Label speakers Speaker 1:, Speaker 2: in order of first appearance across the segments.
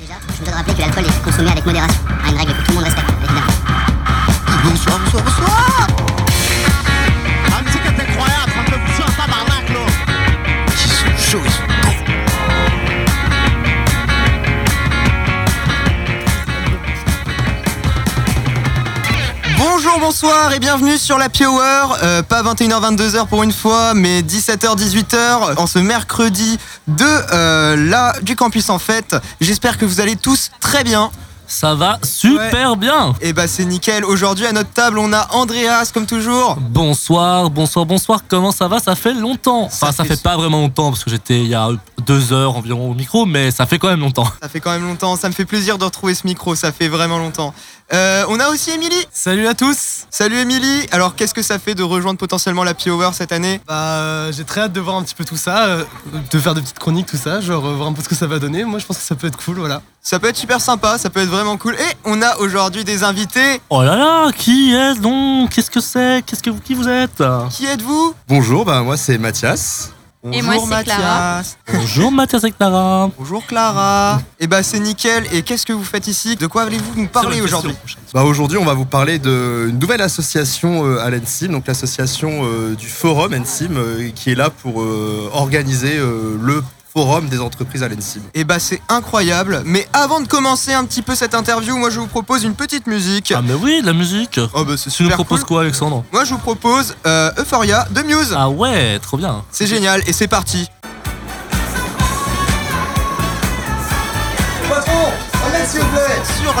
Speaker 1: je dois te rappeler que l'alcool est consommé avec modération. Hein, une règle que tout le monde respecte, évidemment.
Speaker 2: Bonsoir, bonsoir, bonsoir La musique est incroyable, ça me fait pousser en tabarnak, là Ils sont chauds, ils sont
Speaker 3: Bonjour, bonsoir et bienvenue sur la Hour. Euh, pas 21h, 22h pour une fois, mais 17h, 18h en ce mercredi de euh, la du campus en fête. J'espère que vous allez tous très bien.
Speaker 4: Ça va super bien
Speaker 3: Et bah c'est nickel. Aujourd'hui à notre table on a Andreas comme toujours.
Speaker 4: Bonsoir, bonsoir, bonsoir, comment ça va Ça fait longtemps. Enfin, ça
Speaker 3: fait-
Speaker 4: fait pas vraiment longtemps parce que j'étais il y a deux heures environ au micro, mais ça fait quand même longtemps.
Speaker 3: Ça fait quand même longtemps. Ça me fait plaisir de retrouver ce micro. Ça fait vraiment longtemps. Euh, on a aussi Émilie.
Speaker 5: Salut à tous
Speaker 3: Salut Émilie. Alors qu'est-ce que ça fait de rejoindre potentiellement la Hour cette année
Speaker 5: Bah euh, j'ai très hâte de voir un petit peu tout ça, euh, de faire des petites chroniques, tout ça, genre euh, voir un peu ce que ça va donner. Moi je pense que ça peut être cool, voilà.
Speaker 3: Ça peut être super sympa. Ça peut être vraiment cool. Et on a aujourd'hui des invités.
Speaker 4: Oh là là, qui est donc Qu'est-ce que c'est Qu'est-ce que vous, qui vous êtes
Speaker 3: Qui êtes-vous
Speaker 6: Bonjour, bah moi c'est Mathias.
Speaker 7: Et moi, c'est Clara.
Speaker 3: Mathias.
Speaker 4: Bonjour Mathias et Clara.
Speaker 3: Bonjour Clara. Et bah c'est nickel. Et qu'est-ce que vous faites ici De quoi allez-vous nous parler aujourd'hui
Speaker 6: Bah aujourd'hui on va vous parler d'une nouvelle association euh, à l'ENSIM, donc l'association euh, du forum ENSIM euh, qui est là pour euh, organiser euh, le forum des entreprises à l'ENSIM.
Speaker 3: Et bah c'est incroyable. Mais avant de commencer un petit peu cette interview, moi je vous propose une petite musique.
Speaker 4: Ah mais oui, de la musique.
Speaker 3: Oh bah c'est
Speaker 4: Tu nous
Speaker 3: super
Speaker 4: proposes
Speaker 3: cool.
Speaker 4: quoi Alexandre
Speaker 3: Moi je vous propose euh, Euphoria de Muse.
Speaker 4: Ah ouais, trop bien.
Speaker 3: C'est génial et c'est parti. Sur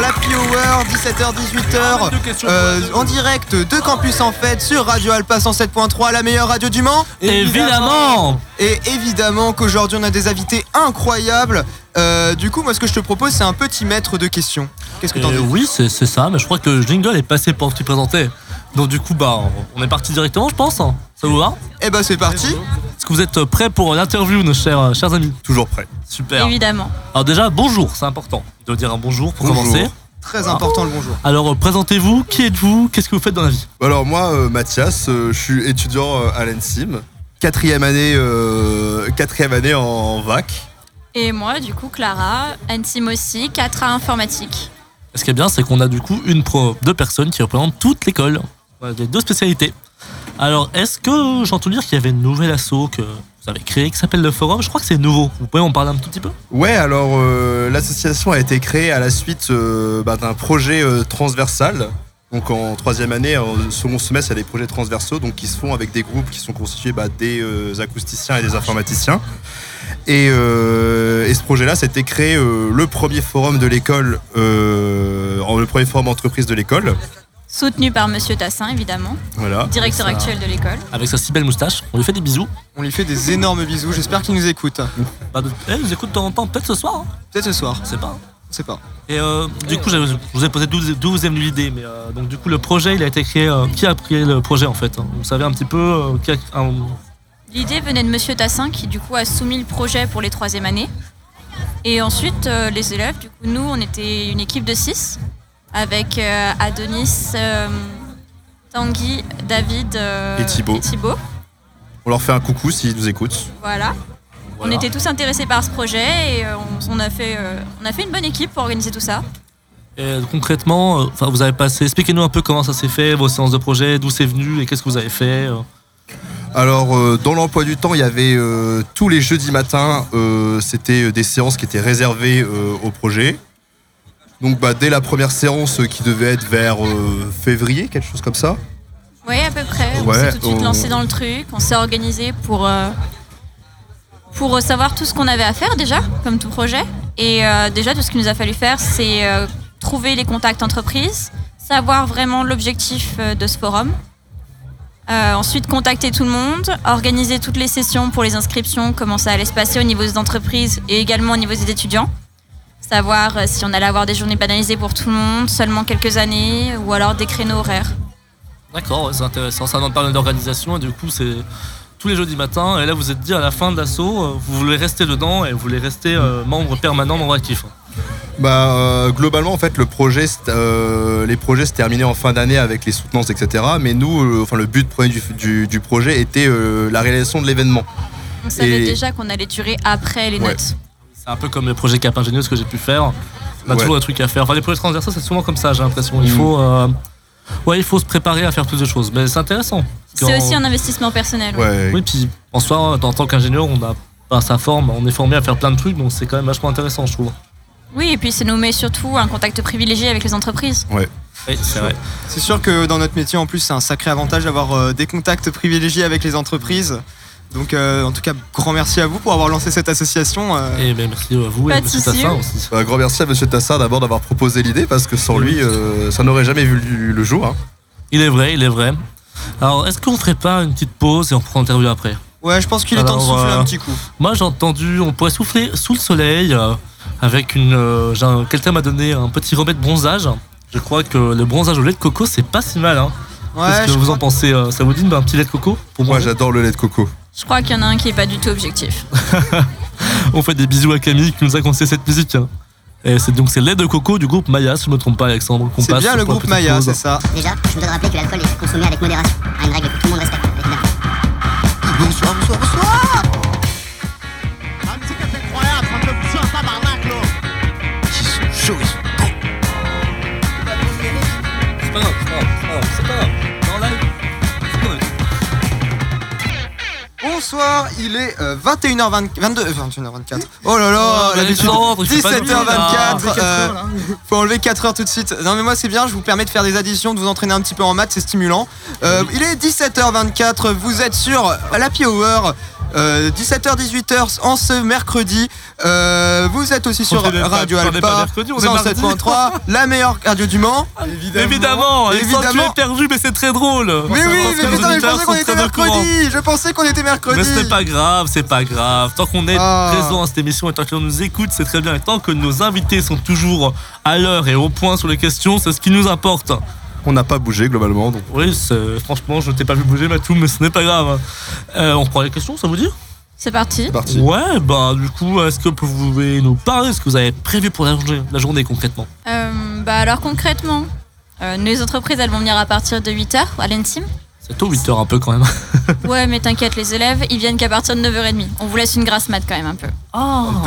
Speaker 3: la Hour, 17h-18h, euh, en direct de Campus en Fête sur Radio Alpa 107.3, la meilleure radio du Mans.
Speaker 4: Évidemment
Speaker 3: Et évidemment qu'aujourd'hui on a des invités incroyables. Euh, du coup, moi ce que je te propose, c'est un petit maître de questions. Qu'est-ce que t'en
Speaker 4: Euh,
Speaker 3: dis
Speaker 4: Oui, c'est c'est ça, mais je crois que le jingle est passé pour te présenter. Donc du coup, bah, on est parti directement, je pense. Ça vous va
Speaker 3: Eh ben c'est parti.
Speaker 4: Est-ce que vous êtes prêts pour l'interview, nos chers, chers amis
Speaker 6: Toujours prêt.
Speaker 4: Super.
Speaker 7: Évidemment.
Speaker 4: Alors déjà, bonjour, c'est important de dire un bonjour pour
Speaker 6: Bonjour.
Speaker 4: commencer.
Speaker 3: Très important le bonjour.
Speaker 4: Alors euh, présentez-vous, qui êtes-vous, qu'est-ce que vous faites dans la vie
Speaker 6: Alors moi euh, Mathias, euh, je suis étudiant euh, à l'ENSIM, quatrième année, euh, quatrième année en VAC.
Speaker 7: Et moi, du coup, Clara, Antim aussi, 4A informatique.
Speaker 4: Ce qui est bien, c'est qu'on a du coup une pro, deux personnes qui représentent toute l'école. On a des deux spécialités. Alors, est-ce que j'ai entendu dire qu'il y avait une nouvelle asso que vous avez créée qui s'appelle le Forum Je crois que c'est nouveau. Vous pouvez en parler un tout petit peu
Speaker 6: Ouais, alors euh, l'association a été créée à la suite euh, bah, d'un projet euh, transversal. Donc en troisième année, en second semestre, il y a des projets transversaux donc, qui se font avec des groupes qui sont constitués bah, des euh, acousticiens et des informaticiens. Et, euh, et ce projet-là, c'était créer euh, le premier forum de l'école, euh, en- le premier forum entreprise de l'école.
Speaker 7: Soutenu par Monsieur Tassin, évidemment,
Speaker 6: Voilà.
Speaker 7: directeur
Speaker 4: Ça.
Speaker 7: actuel de l'école.
Speaker 4: Avec sa si belle moustache. On lui fait des bisous.
Speaker 3: On lui fait des énormes bisous. J'espère qu'il nous écoute.
Speaker 4: Bah, de- eh, vous écoute de temps en temps, peut-être ce soir, hein,
Speaker 3: Peut-être ce soir.
Speaker 4: je sais pas.
Speaker 3: On sait pas.
Speaker 4: Et euh, du coup, j'avais- je vous ai posé d'où d'où vous est venue l'idée, mais euh, donc du coup, le projet, il a été créé. euh, qui a créé le projet en fait hein Vous savez un petit peu euh, qui a- un-
Speaker 7: L'idée venait de Monsieur Tassin, qui du coup a soumis le projet pour les troisième années. Et ensuite, euh, les élèves, du coup, nous, on était une équipe de 6, avec euh, Adonis, euh, Tanguy, David euh,
Speaker 6: Et Thibaut. On leur fait un coucou s'ils nous écoutent.
Speaker 7: Voilà. On
Speaker 4: voilà.
Speaker 7: était tous intéressés par ce projet et euh, on, on a fait, euh, on a fait une bonne équipe pour organiser tout ça.
Speaker 4: Et concrètement, euh, enfin, vous avez passé. Expliquez-nous un peu comment ça s'est fait, vos séances de projet, d'où c'est venu et qu'est-ce que vous avez fait. euh.
Speaker 6: Alors, euh, dans l'emploi du temps, il y avait euh, tous les jeudis matins, euh, c'était des séances qui étaient réservées euh, au projet. Donc, bah, dès la première séance euh, qui devait être vers euh, février, quelque chose comme ça.
Speaker 7: Oui, à peu près. on
Speaker 6: Ouais,
Speaker 7: s'est tout de suite
Speaker 6: on-
Speaker 7: lancé dans le truc. On s'est organisé pour, euh, pour savoir tout ce qu'on avait à faire déjà, comme tout projet. Et euh, déjà, tout ce qu'il nous a fallu faire, c'est euh, trouver les contacts entreprises, savoir vraiment l'objectif euh, de ce forum. Euh, ensuite, contacter tout le monde, organiser toutes les sessions pour les inscriptions, comment ça allait se passer au niveau des entreprises et également au niveau des étudiants. Savoir euh, si on allait avoir des journées banalisées pour tout le monde, seulement quelques années, ou alors des créneaux horaires.
Speaker 4: D'accord, ouais, c'est intéressant. Ça demande pas mal d'organisation et du coup, c'est tous les jeudis matins. Et là, vous êtes dit à la fin de l'assaut, euh, vous voulez rester dedans et vous voulez rester euh, membre permanent, membre actif. hein.
Speaker 6: Bah, euh, globalement, en fait, le projet, c'est- euh, les projets se terminaient en fin d'année avec les soutenances, etc. Mais nous, euh, enfin, le but premier du, du- du projet était euh, la réalisation de l'événement.
Speaker 7: On savait
Speaker 6: Et-
Speaker 7: déjà qu'on allait durer après les
Speaker 6: Ouais.
Speaker 7: notes.
Speaker 4: C'est un peu comme le projet Cap Ingénieux, ce que j'ai pu faire. On a
Speaker 6: Ouais.
Speaker 4: toujours des trucs à faire. Enfin, les projets transversaux, c'est souvent comme ça, j'ai l'impression. Il faut. euh, Ouais, il faut se préparer à faire plus de choses. Mais c'est intéressant. Parce
Speaker 7: C'est
Speaker 4: qu'en-
Speaker 7: aussi un investissement personnel. ouais.
Speaker 6: Ouais.
Speaker 4: Oui, puis en soi, en tant qu'ingénieur, on a pas sa forme, on est formé à faire plein de trucs, donc c'est quand même vachement intéressant, je trouve.
Speaker 7: Oui, et puis ça nous met surtout un contact privilégié avec les entreprises.
Speaker 4: Oui, c'est vrai.
Speaker 3: C'est sûr que dans notre métier, en plus, c'est un sacré avantage d'avoir euh, des contacts privilégiés avec les entreprises. Donc, euh, en tout cas, grand merci à vous pour avoir lancé cette association. euh.
Speaker 4: Et ben, merci à vous et
Speaker 7: Pas
Speaker 4: à
Speaker 7: de
Speaker 4: Monsieur
Speaker 7: soucis.
Speaker 4: Tassin aussi.
Speaker 6: Bah, grand merci à Monsieur Tassard d'abord d'avoir proposé l'idée parce que sans lui, euh, ça n'aurait jamais vu le- le jour. hein.
Speaker 4: Il est vrai, il est vrai. Alors, est-ce qu'on ferait pas une petite pause et on prend l'interview après
Speaker 3: Ouais, je pense qu'il est temps de
Speaker 4: Alors,
Speaker 3: souffler
Speaker 4: euh,
Speaker 3: un petit coup.
Speaker 4: Moi, j'ai entendu, on pourrait souffler sous le soleil euh, avec une. euh, j'ai un- Quelqu'un m'a donné un petit remède bronzage. Je crois que le bronzage au lait de coco, c'est pas si mal. Hein.
Speaker 3: Ouais,
Speaker 4: Qu'est-ce que
Speaker 3: je
Speaker 4: vous
Speaker 3: crois-
Speaker 4: en pensez euh, Ça vous dit bah, un petit lait de coco Pour
Speaker 6: Moi,
Speaker 4: moi,
Speaker 6: j'adore le lait de coco.
Speaker 7: Je crois qu'il y en a un qui est pas du tout objectif.
Speaker 4: on fait des bisous à Camille qui nous a conseillé cette musique. hein. Et c'est donc c'est lait de coco du groupe Maya, si je me trompe pas, Alexandre. qu'on
Speaker 3: C'est
Speaker 4: passe
Speaker 3: bien
Speaker 4: pour
Speaker 3: le
Speaker 4: la
Speaker 3: groupe
Speaker 4: petite
Speaker 3: Maya,
Speaker 4: pause.
Speaker 3: c'est ça.
Speaker 1: Déjà, je me dois de rappeler que l'alcool est consommé avec modération. À une règle que tout le monde respecte. évidemment.
Speaker 2: Bonsoir, bonsoir, bonsoir.
Speaker 5: Ah, mais c'est qu'elle est incroyable, ça me fait pousser un tabarnak, là.
Speaker 2: Ils sont chauds, ils sont
Speaker 4: C'est pas grave, c'est pas grave, c'est pas grave, c'est pas grave. Dans la- c'est correct.
Speaker 3: Bonsoir, il est euh, 21h24. 22, euh, 21h24. Oh là là,
Speaker 4: Oh, mais
Speaker 3: l'habitude.
Speaker 4: Alexandre, il fait pas de bruit, là.
Speaker 3: 17h24. euh, faut enlever 4 heures tout de suite. Non mais moi c'est bien, je vous permets de faire des additions, de vous entraîner un petit peu en maths, c'est stimulant. Euh, Il est 17h24, vous êtes sur l'Happy Hour. euh, 17h-18h en ce mercredi. Euh, vous êtes aussi sur
Speaker 4: On est des-
Speaker 3: Radio
Speaker 4: on est pas
Speaker 3: Alpa
Speaker 4: mercredi, on est
Speaker 3: 107.3 la meilleure radio du Mans.
Speaker 4: Évidemment, Alexandre, tu
Speaker 3: Évidemment.
Speaker 4: es perdu, mais c'est très drôle.
Speaker 3: Mais oui, mais putain, mais je pensais qu'on était
Speaker 4: mercredi
Speaker 3: mercredi. Je pensais qu'on était mercredi.
Speaker 4: Mais c'est pas grave, c'est pas grave. Tant qu'on est
Speaker 3: Ah.
Speaker 4: présent à cette émission et tant que l'on nous écoute, c'est très bien. Et tant que nos invités sont toujours à l'heure et au point sur les questions, c'est ce qui nous importe.
Speaker 6: On n'a pas bougé globalement. Donc...
Speaker 4: Oui, c'est- franchement, je t'ai pas vu bouger, Matou, mais ce n'est pas grave. Euh, on prend les questions, ça vous dit
Speaker 7: C'est parti.
Speaker 6: C'est parti.
Speaker 4: Ouais, bah du coup, est-ce que vous pouvez nous parler de ce que vous avez prévu pour la journée, la journée concrètement
Speaker 7: Euh, bah alors concrètement, euh, les entreprises elles vont venir à partir de 8h à l'ENSIM.
Speaker 4: C'est tôt, 8h un peu quand même.
Speaker 7: Ouais, mais t'inquiète, les élèves, ils viennent qu'à partir de 9h30. On vous laisse une grasse mat quand même un peu.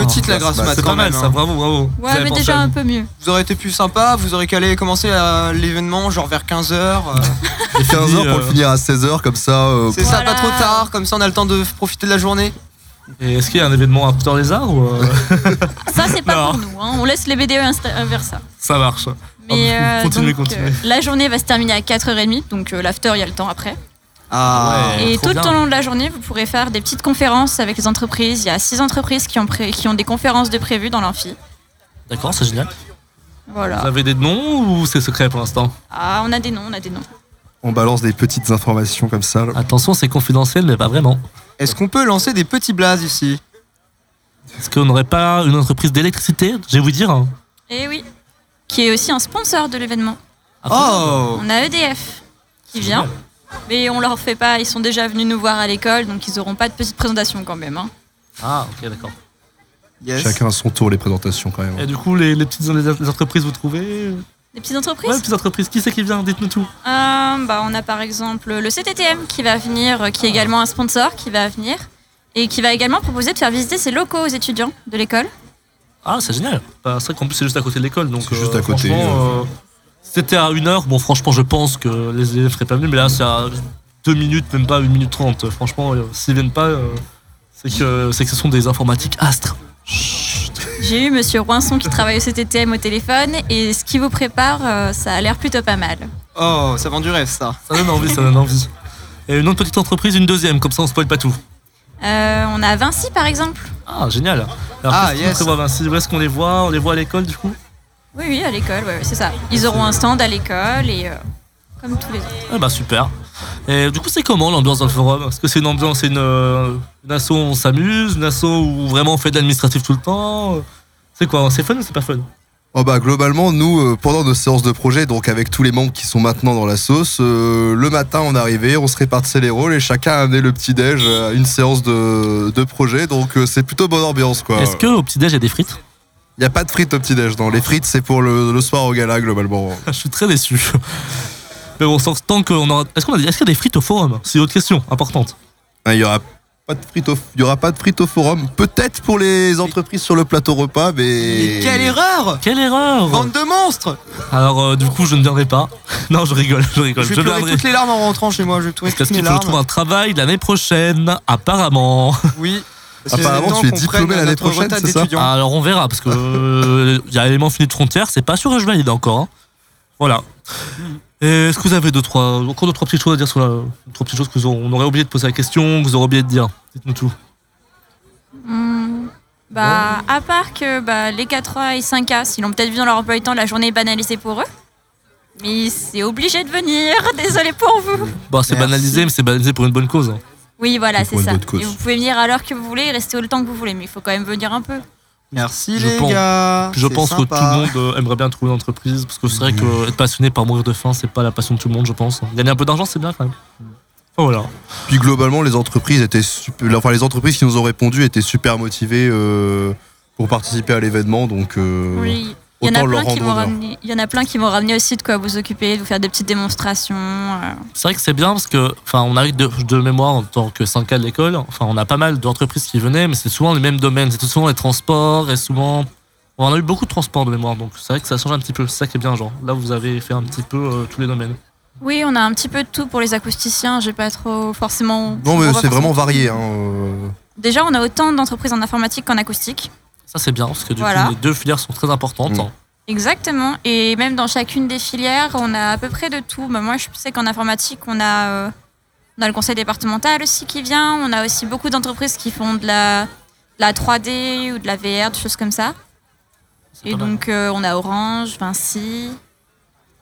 Speaker 3: Petite la grasse
Speaker 6: bah,
Speaker 3: mat
Speaker 4: Ah, C'est
Speaker 3: quand
Speaker 4: pas mal
Speaker 3: même,
Speaker 4: ça,
Speaker 3: hein.
Speaker 4: bravo, bravo. Vous
Speaker 7: Oh. Ouais,
Speaker 4: avez
Speaker 7: mais
Speaker 4: pensé
Speaker 7: déjà
Speaker 4: à
Speaker 7: un
Speaker 4: nous.
Speaker 7: peu mieux.
Speaker 3: Vous aurez été plus sympa, vous aurez qu'à aller commencer euh, l'événement genre vers 15h.
Speaker 6: Et 15 heures
Speaker 4: euh,
Speaker 6: pour le finir à 16 heures comme ça. euh,
Speaker 3: c'est ça,
Speaker 7: Voilà.
Speaker 3: pas trop tard, comme ça on a le temps de profiter de la journée.
Speaker 4: Et est-ce qu'il y a un événement After les Arts ou euh,
Speaker 7: Ça, c'est pas
Speaker 4: Non.
Speaker 7: pour nous. hein. On laisse les BDE insta- vers ça.
Speaker 4: ça marche
Speaker 7: Mais
Speaker 4: Ah,
Speaker 7: euh,
Speaker 4: continuez,
Speaker 7: donc,
Speaker 4: continuez.
Speaker 7: euh, la journée va se terminer à 4h30, donc euh, l'after, il y a le temps après.
Speaker 3: Ah.
Speaker 4: Ouais,
Speaker 7: Et
Speaker 4: trop
Speaker 7: tout
Speaker 4: bien.
Speaker 7: le long de la journée, vous pourrez faire des petites conférences avec les entreprises. Il y a six entreprises qui ont, pré- qui ont des conférences de prévues dans l'amphi.
Speaker 4: D'accord, c'est génial. Vous
Speaker 7: Voilà.
Speaker 4: avez des noms ou c'est secret pour l'instant
Speaker 7: Ah, on a des noms, on a des noms.
Speaker 6: On balance des petites informations comme ça. là.
Speaker 4: Attention, c'est confidentiel, mais pas vraiment.
Speaker 3: Est-ce qu'on peut lancer des petits blazes ici
Speaker 4: Est-ce qu'on n'aurait pas une entreprise d'électricité Je vais vous dire. hein.
Speaker 7: Et oui, qui est aussi un sponsor de l'événement.
Speaker 4: Ah,
Speaker 3: Oh
Speaker 7: On a EDF qui vient. Mais on leur fait pas, ils sont déjà venus nous voir à l'école, donc ils auront pas de petite présentation quand même. hein.
Speaker 4: Ah, ok, d'accord.
Speaker 3: Yes.
Speaker 6: Chacun à son tour les présentations quand même.
Speaker 4: Et du coup, les, les petites les- les entreprises, vous trouvez
Speaker 7: Des petites entreprises
Speaker 4: Ouais, les petites entreprises. Qui c'est qui vient Dites-nous tout.
Speaker 7: Euh, bah, On a par exemple le CTTM qui va venir, euh, qui
Speaker 4: Ah.
Speaker 7: est également un sponsor qui va venir et qui va également proposer de faire visiter ses locaux aux étudiants de l'école.
Speaker 4: Ah, c'est génial. Bah, c'est vrai qu'en plus, c'est juste à côté de l'école. donc
Speaker 6: C'est juste à
Speaker 4: franchement,
Speaker 6: côté, euh.
Speaker 4: euh, si C'était à une heure. Bon, franchement, je pense que les élèves seraient pas venus, mais là, c'est à deux minutes, même pas une minute trente. Franchement, euh, s'ils viennent pas, euh, c'est que, c'est que ce sont des informatiques astres.
Speaker 7: J'ai eu monsieur Roinson qui travaille au CTTM au téléphone et ce qu'il vous prépare, euh, ça a l'air plutôt pas mal.
Speaker 3: Oh, ça vend du rêve ça.
Speaker 4: Ça donne envie, ça donne envie. Et une autre petite entreprise, une deuxième, comme ça, on spoil pas tout.
Speaker 7: Euh, on a Vinci par exemple.
Speaker 4: Ah, génial. Alors,
Speaker 3: Ah,
Speaker 4: ah,
Speaker 3: yes.
Speaker 4: yes. Où est-ce qu'on les voit On les voit à l'école, du coup
Speaker 7: Oui, oui, à l'école, ouais, ouais, c'est ça. Ils auront un stand à l'école et euh, comme tous les autres.
Speaker 4: Ah, bah, super. Et du coup, c'est comment l'ambiance dans le forum Est-ce que c'est une ambiance, c'est une, euh, une asso où on s'amuse, une asso où vraiment on fait de l'administratif tout le temps C'est quoi C'est fun ou c'est pas fun
Speaker 6: Oh bah globalement nous euh, pendant nos séances de projet donc avec tous les membres qui sont maintenant dans la sauce euh, le matin on arrivait on se répartissait les rôles et chacun amenait le petit déj à une séance de, de projet donc euh, c'est plutôt bonne ambiance quoi.
Speaker 4: Est-ce que au petit-déj, il y a des frites
Speaker 6: Il y a pas de frites au petit déj non les frites c'est pour le, le soir au gala globalement.
Speaker 4: Je suis très déçu. Mais bon, sans, tant qu'on aura. Est-ce qu'on a dit- Est-ce qu'il y a des frites au forum C'est une autre question importante.
Speaker 6: Hein, Il y aura pas de frito, il y aura pas de frito forum. Peut-être pour les entreprises sur le plateau repas, mais.
Speaker 3: Mais quelle erreur
Speaker 4: Quelle erreur
Speaker 3: Bande de monstres
Speaker 4: Alors euh, du coup je ne viendrai pas. Non je rigole, je rigole.
Speaker 3: Je vais pleurer
Speaker 4: viendrai.
Speaker 3: toutes les larmes en rentrant chez moi, je vais pleurer
Speaker 4: Parce
Speaker 3: toutes mes
Speaker 4: qu'il faut que je trouve
Speaker 3: larmes.
Speaker 4: un travail l'année prochaine, apparemment.
Speaker 3: Oui.
Speaker 6: Apparemment, tu es diplômé l'année prochaine, c'est ça
Speaker 4: Ah, Alors on verra, parce que euh, il y a l'élément fini de frontière, c'est pas sûr que je valide encore. hein. Voilà. Et Est-ce que vous avez deux, trois, encore deux, trois petites choses à dire sur la. Trois petites choses que vous aurez- on aurait oublié de poser la question, que vous aurez oublié de dire Dites-nous tout.
Speaker 7: Hmm, bah, à part que bah, les 4A et 5A, s'ils l'ont peut-être vu dans leur emploi du temps, la journée est banalisée pour eux. Mais c'est obligé de venir, désolé pour vous.
Speaker 4: Bon, Bah, c'est
Speaker 3: Merci.
Speaker 4: banalisé, mais c'est banalisé pour une bonne cause. hein.
Speaker 7: Oui, voilà, c'est
Speaker 6: une
Speaker 7: ça.
Speaker 6: bonne cause.
Speaker 7: Et vous pouvez venir à l'heure que vous voulez et rester autant que vous voulez, mais il faut quand même venir un peu.
Speaker 3: Merci
Speaker 4: Je
Speaker 3: les
Speaker 4: pense-
Speaker 3: gars.
Speaker 4: Je
Speaker 3: c'est
Speaker 4: pense que
Speaker 3: sympa.
Speaker 4: tout le monde euh, aimerait bien trouver une entreprise, parce que c'est vrai que être passionné par mourir de faim, c'est pas la passion de tout le monde, je pense. hein. Gagner un peu d'argent, c'est bien quand même. Enfin, voilà.
Speaker 6: Puis globalement, les entreprises étaient super- enfin les entreprises qui nous ont répondu étaient super motivées euh, pour participer à l'événement, donc. euh,
Speaker 7: Oui. Il y, en
Speaker 6: Autant
Speaker 7: a
Speaker 6: leur
Speaker 7: plein qui
Speaker 6: rendre
Speaker 7: m'ont
Speaker 6: honneur.
Speaker 7: ramené, il y en a plein qui m'ont ramené aussi de quoi vous occuper, de vous faire des petites démonstrations. euh.
Speaker 4: C'est vrai que c'est bien parce que, enfin, on arrive de, de mémoire en tant que 5 de l'école. Enfin, on a pas mal d'entreprises qui venaient, mais c'est souvent les mêmes domaines. C'est souvent les transports et souvent. On a eu beaucoup de transports de mémoire, donc c'est vrai que ça change un petit peu. C'est ça qui est bien, genre. Là, vous avez fait un petit peu euh, tous les domaines.
Speaker 7: Oui, on a un petit peu de tout pour les acousticiens, j'ai pas trop forcément.
Speaker 6: Non,
Speaker 7: on
Speaker 6: mais
Speaker 7: va
Speaker 6: c'est
Speaker 7: forcément-
Speaker 6: vraiment varié. Hein. euh.
Speaker 7: Déjà, on a autant d'entreprises en informatique qu'en acoustique.
Speaker 4: Ça, c'est bien parce que du
Speaker 7: Voilà.
Speaker 4: coup, les deux filières sont très importantes.
Speaker 6: Mm.
Speaker 7: Exactement. Et même dans chacune des filières, on a à peu près de tout. Bah, moi, je sais qu'en informatique, on a, euh, on a le conseil départemental aussi qui vient. On a aussi beaucoup d'entreprises qui font de la, de la 3D ou de la VR, des choses comme ça.
Speaker 4: C'est
Speaker 7: Et
Speaker 4: pas mal.
Speaker 7: donc, euh, on a Orange, Vinci.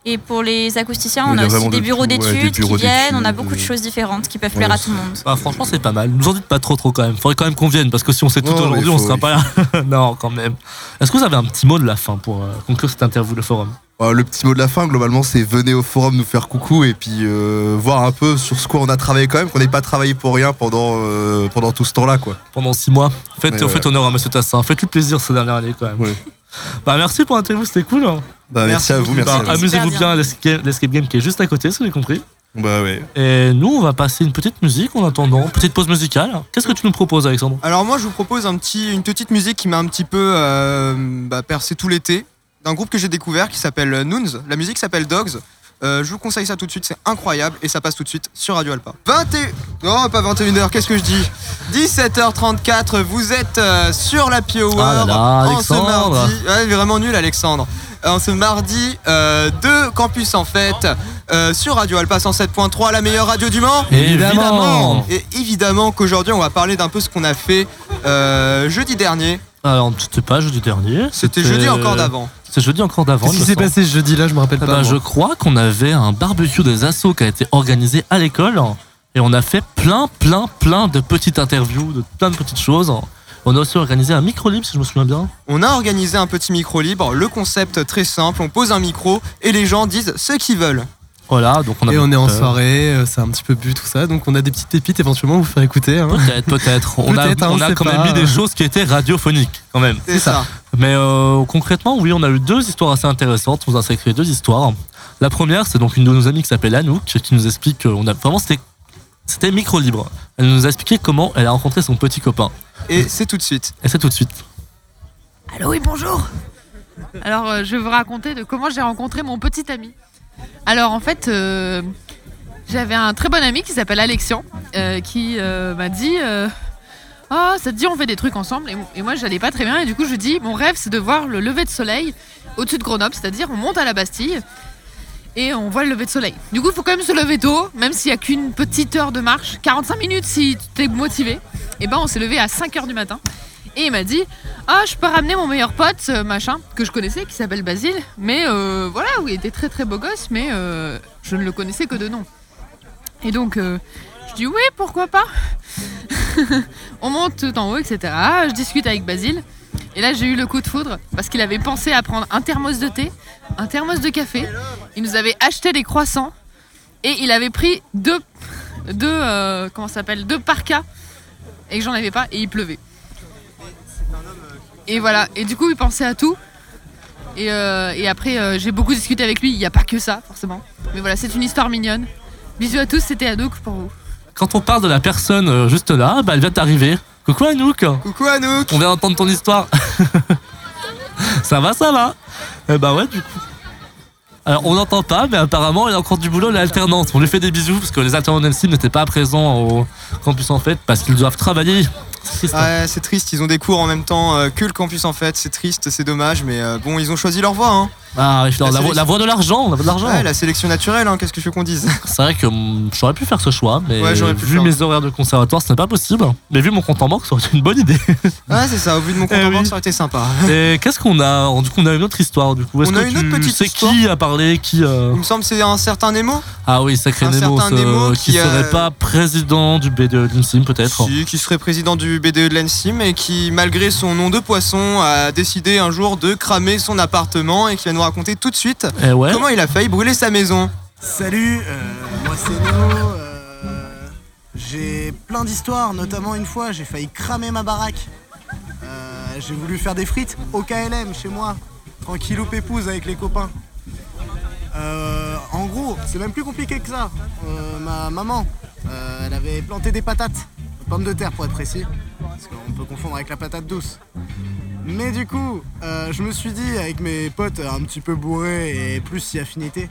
Speaker 7: Et pour les acousticiens,
Speaker 6: Il y
Speaker 7: on
Speaker 6: a
Speaker 7: a aussi
Speaker 6: vraiment
Speaker 7: des
Speaker 6: de
Speaker 7: bureaux
Speaker 6: tout, ouais, des
Speaker 7: d'études
Speaker 6: bureaux
Speaker 7: qui viennent. On a
Speaker 6: d'études,
Speaker 7: beaucoup de
Speaker 6: euh,
Speaker 7: choses différentes qui peuvent
Speaker 6: ouais,
Speaker 7: plaire à
Speaker 6: c'est-
Speaker 7: tout le monde.
Speaker 4: Bah, franchement, c'est pas mal. Nous en dites pas trop, trop quand même. Faudrait quand même qu'on vienne parce que si on sait tout
Speaker 6: Non, mais
Speaker 4: aujourd'hui, on
Speaker 6: faut-
Speaker 4: sera pas là. non, quand même. Est-ce que vous avez un petit mot de la fin pour euh, conclure cette interview, le forum
Speaker 6: Bah, le petit mot de la fin, globalement, c'est venez au forum nous faire coucou et puis euh, voir un peu sur ce quoi on a travaillé quand même, qu'on n'ait pas travaillé pour rien pendant, euh, pendant tout ce temps-là. quoi.
Speaker 4: pendant six mois. Faites,
Speaker 6: Mais ouais.
Speaker 4: faites honneur à Monsieur Tassin. Faites-lui plaisir ces dernières années quand même.
Speaker 6: Ouais.
Speaker 4: Bah merci pour l'interview, c'était cool. hein.
Speaker 6: Bah,
Speaker 3: Merci
Speaker 6: merci, à vous, merci.
Speaker 4: Bah,
Speaker 6: à vous.
Speaker 4: Amusez-vous
Speaker 7: Super
Speaker 4: bien à l'escape l'escape game qui est juste à côté, si j'ai compris.
Speaker 6: Bah, ouais.
Speaker 4: Et nous, on va passer une petite musique en attendant, petite pause musicale. Qu'est-ce que tu nous proposes, Alexandre
Speaker 3: Alors moi je vous propose un petit, une petite musique qui m'a un petit peu euh, bah, percé tout l'été, d'un groupe que j'ai découvert qui s'appelle Noons. La musique s'appelle Dogs. Euh, je vous conseille ça tout de suite, c'est incroyable et ça passe tout de suite sur Radio Alpa. 21... Oh, pas 21h, qu'est-ce que je dis 17h34, vous êtes euh, sur la Pio
Speaker 4: Ah là là,
Speaker 3: en ce
Speaker 4: Alexandre.
Speaker 3: mardi. Ouais, vraiment nul Alexandre. En ce mardi euh, de Campus en fête euh, sur Radio Alpa 107.3, la meilleure radio du Mans.
Speaker 4: Évidemment.
Speaker 3: Et évidemment qu'aujourd'hui, on va parler d'un peu ce qu'on a fait euh, jeudi dernier.
Speaker 4: Alors, c'était pas jeudi dernier.
Speaker 3: C'était jeudi encore d'avant.
Speaker 4: C'est jeudi encore d'avant.
Speaker 5: Qu'est-ce
Speaker 4: il
Speaker 5: qui
Speaker 4: me
Speaker 5: s'est
Speaker 4: semble.
Speaker 5: passé ce jeudi là Je me rappelle
Speaker 4: Ah
Speaker 5: pas.
Speaker 4: bah,
Speaker 5: moi.
Speaker 4: je crois qu'on avait un barbecue des assos qui a été organisé à l'école et on a fait plein, plein, plein de petites interviews, de plein de petites choses. On a aussi organisé un micro libre, si je me souviens bien.
Speaker 3: On a organisé un petit micro libre. Le concept très simple, on pose un micro et les gens disent ce qu'ils veulent.
Speaker 4: Voilà, donc on a
Speaker 5: Et on est en
Speaker 4: euh,
Speaker 5: soirée, euh, c'est un petit peu bu tout ça, donc on a des petites pépites éventuellement à vous faire écouter. hein.
Speaker 4: Peut-être, peut-être. On a,
Speaker 5: Peut-être, hein,
Speaker 4: on
Speaker 5: on
Speaker 4: a
Speaker 5: sait
Speaker 4: quand
Speaker 5: pas.
Speaker 4: même mis des choses qui étaient radiophoniques, quand même.
Speaker 3: C'est ça.
Speaker 4: Mais euh, concrètement, oui, on a eu deux histoires assez intéressantes. On vous a sacré deux histoires. La première, c'est donc une de nos amies qui s'appelle Anouk, qui nous explique qu'on a vraiment c'était c'était micro libre. Elle nous a expliqué comment elle a rencontré son petit copain.
Speaker 3: Et c'est tout de suite.
Speaker 4: Et c'est tout de suite.
Speaker 8: Allô, oui, bonjour Alors, euh, je vais vous raconter de comment j'ai rencontré mon petit ami. Alors, en fait, euh, j'avais un très bon ami qui s'appelle Alexian, euh, qui euh, m'a dit euh, Oh, ça te dit, on fait des trucs ensemble. Et, et moi, j'allais pas très bien. Et du coup, je lui dis Mon rêve, c'est de voir le lever de soleil au-dessus de Grenoble, c'est-à-dire on monte à la Bastille. Et on voit le lever de soleil. Du coup, il faut quand même se lever tôt, même s'il n'y a qu'une petite heure de marche, 45 minutes si tu es motivé. Et ben, on s'est levé à 5 heures du matin. Et il m'a dit ah, je peux ramener mon meilleur pote, euh, machin, que je connaissais, qui s'appelle Basile. Mais euh, voilà, oui, il était très très beau gosse, mais euh, je ne le connaissais que de nom. Et donc, euh, je dis oui, pourquoi pas On monte tout en haut, etc. Je discute avec Basile. Et là, j'ai eu le coup de foudre parce qu'il avait pensé à prendre un thermos de thé, un thermos de café. Il nous avait acheté des croissants et il avait pris deux, deux, euh, comment ça s'appelle, deux parkas et que j'en avais pas et il pleuvait. Et voilà, et du coup, il pensait à tout. Et, euh, et après, euh, j'ai beaucoup discuté avec lui. Il n'y a pas que ça, forcément. Mais voilà, c'est une histoire mignonne. Bisous à tous, c'était Anouk pour vous.
Speaker 4: Quand on parle de la personne euh, juste là, bah, elle vient d'arriver. Coucou Anouk
Speaker 3: Coucou Anouk
Speaker 4: On vient d'entendre ton histoire. ça va, ça va Eh bah ouais, du coup. Alors, on n'entend pas, mais apparemment, il y a encore du boulot, l'alternance. On lui fait des bisous parce que les alternants d'MC n'étaient pas présents au campus en fait parce qu'ils doivent travailler. C'est triste, hein.
Speaker 3: Ouais, c'est triste, ils ont des cours en même temps euh, que le campus en fait, c'est triste, c'est dommage, mais euh, bon, ils ont choisi leur voie. Hein.
Speaker 4: Ah, oui, je leur-
Speaker 3: La
Speaker 4: la, voix,
Speaker 3: sélection.
Speaker 4: la voix de l'argent, la voix de l'argent.
Speaker 3: Ouais, la sélection naturelle, hein, qu'est-ce que je veux qu'on dise
Speaker 4: C'est vrai que mm, j'aurais pu faire ce choix, mais
Speaker 3: Ouais, j'aurais pu
Speaker 4: vu
Speaker 3: faire.
Speaker 4: mes horaires de conservatoire, ce n'est pas possible. Mais vu mon compte en banque, ça aurait été une bonne idée.
Speaker 3: Ouais, c'est ça, au vu de mon compte
Speaker 4: Eh
Speaker 3: en
Speaker 4: oui.
Speaker 3: banque, ça aurait été sympa.
Speaker 4: Et qu'est-ce qu'on a Du coup, on a une autre histoire. Du coup, Est-ce
Speaker 3: On a
Speaker 4: que
Speaker 3: une autre
Speaker 4: tu
Speaker 3: petite
Speaker 4: sais
Speaker 3: histoire.
Speaker 4: qui a parlé, qui euh,
Speaker 3: Il me semble que c'est un certain Nemo
Speaker 4: Ah oui, sacré
Speaker 3: Un
Speaker 4: Nemo,
Speaker 3: certain
Speaker 4: ce-
Speaker 3: Nemo
Speaker 4: qui,
Speaker 3: qui, euh,
Speaker 4: serait pas président du BDE de l'INSIM peut-être.
Speaker 3: Si, qui serait président du BDE de l'ENSIM et qui, malgré son nom de poisson, a décidé un jour de cramer son appartement et qui va nous raconter tout de suite
Speaker 4: Eh ouais.
Speaker 3: comment il a failli brûler sa maison.
Speaker 2: Salut, euh, moi c'est Nemo. euh, j'ai plein d'histoires, notamment une fois j'ai failli cramer ma baraque. Euh, j'ai voulu faire des frites au KLM chez moi, tranquillou pépouze avec les copains. Euh, en gros, c'est même plus compliqué que ça. Euh, ma maman, euh, elle avait planté des patates, pommes de terre pour être précis, parce qu'on peut confondre avec la patate douce. Mais du coup, euh, je me suis dit avec mes potes un petit peu bourrés et plus si affinité,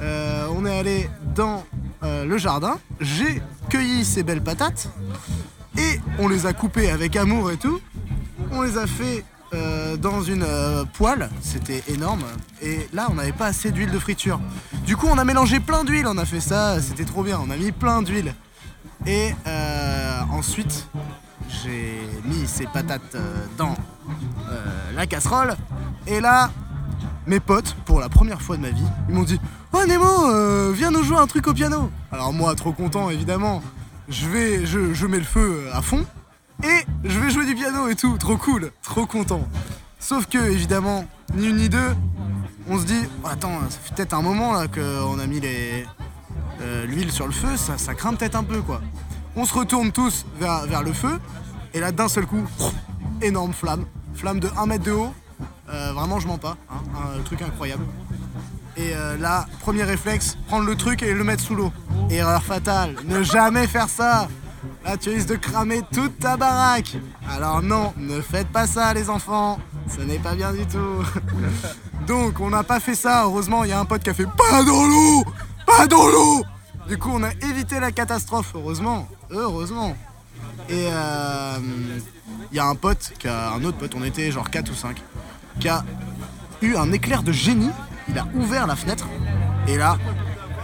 Speaker 2: euh, on est allé dans euh, le jardin, j'ai cueilli ces belles patates et on les a coupées avec amour et tout. On les a fait euh, dans une euh, poêle, c'était énorme. Et là, on n'avait pas assez d'huile de friture. Du coup, on a mélangé plein d'huile, on a fait ça, c'était trop bien, on a mis plein d'huile. Et euh, ensuite, j'ai mis ces patates euh, dans euh, la casserole. Et là, mes potes, pour la première fois de ma vie, ils m'ont dit Oh Nemo, euh, viens nous jouer un truc au piano Alors moi, trop content évidemment, je vais, je, je mets le feu euh, à fond et je vais jouer du piano et tout, trop cool, trop content. Sauf que évidemment, ni une ni deux, on se dit Attends, ça fait peut-être un moment là qu'on a mis les, euh, l'huile sur le feu, ça, ça craint peut-être un peu quoi. On se retourne tous vers, vers le feu, et là d'un seul coup, énorme flamme, flamme de 1 mètre de haut, Euh, vraiment je mens pas, hein, un truc incroyable. Et euh, là, premier réflexe, prendre le truc et le mettre sous l'eau. Erreur fatale, ne jamais faire ça Là tu risques de cramer toute ta baraque Alors non, ne faites pas ça les enfants, ce n'est pas bien du tout Donc on n'a pas fait ça, heureusement il y a un pote qui a fait pas dans l'eau Pas dans l'eau Du coup on a évité la catastrophe, heureusement, heureusement Et euh, il y a un pote, qui a, un autre pote, on était genre 4 ou 5, qui a eu un éclair de génie. Il a ouvert la fenêtre. Et là,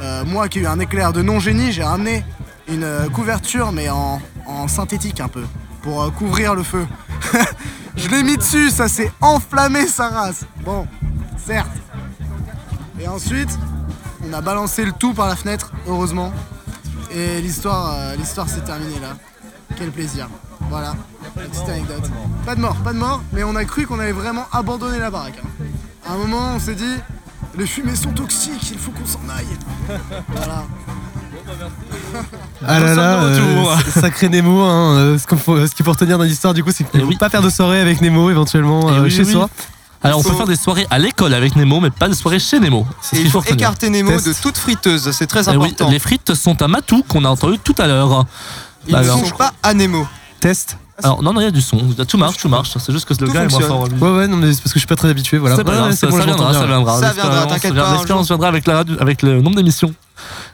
Speaker 2: euh, moi qui ai eu un éclair de non-génie, j'ai ramené une euh, couverture, mais en, en synthétique un peu, pour euh, couvrir le feu. Je l'ai mis dessus, ça s'est enflammé sa race. Bon, certes. Et ensuite, on a balancé le tout par la fenêtre, heureusement. Et l'histoire euh, l'histoire s'est terminée là. Quel plaisir. Voilà, la petite anecdote. Pas de mort, pas de mort, mais on a cru qu'on avait vraiment abandonné la baraque. hein. À un moment, on s'est dit, les fumées sont toxiques, il faut qu'on s'en aille. Voilà.
Speaker 5: Ah là là,
Speaker 4: Nous sommes de
Speaker 5: euh,
Speaker 4: retour.
Speaker 5: c'est- sacré Nemo. hein, euh, ce qu'on faut- ce qu'il faut retenir dans l'histoire, du coup, c'est qu'il
Speaker 4: Eh
Speaker 5: ne
Speaker 4: oui.
Speaker 5: faut pas faire de soirée avec Nemo éventuellement
Speaker 4: Eh
Speaker 5: euh,
Speaker 4: oui,
Speaker 5: chez
Speaker 4: oui.
Speaker 5: soi.
Speaker 4: Alors on
Speaker 3: Faut-
Speaker 4: peut faire des soirées à l'école avec Nemo, mais pas des soirées chez Nemo.
Speaker 3: Et
Speaker 4: C'est ce
Speaker 3: il
Speaker 4: qu'il
Speaker 3: faut
Speaker 4: faut retenir.
Speaker 3: écarter Nemo de
Speaker 5: Test.
Speaker 3: toute friteuse, c'est très
Speaker 4: Eh oui,
Speaker 3: important. Ah,
Speaker 4: les frites sont à Matou qu'on a entendu tout à l'heure.
Speaker 3: Ils
Speaker 4: Alors-
Speaker 3: ne sont pas à Nemo.
Speaker 5: Test.
Speaker 4: Alors non non, il y a du son, tout marche, tout marche. C'est juste que le
Speaker 3: Tout
Speaker 4: gars est
Speaker 3: fonctionne.
Speaker 4: moins fort. lui.
Speaker 5: Ouais, ouais, non, mais c'est parce que je suis pas très habitué, voilà.
Speaker 4: C'est pas
Speaker 5: Ouais,
Speaker 4: grave,
Speaker 5: ouais,
Speaker 4: ça,
Speaker 5: bon,
Speaker 4: ça
Speaker 5: je
Speaker 4: viendra,
Speaker 5: m'entends
Speaker 4: ça
Speaker 5: bien.
Speaker 4: viendra.
Speaker 3: Ça viendra,
Speaker 4: L'expérience
Speaker 3: t'inquiète
Speaker 4: viendra-
Speaker 3: pas, un
Speaker 4: L'expérience viendra avec, la radio- avec le nombre d'émissions.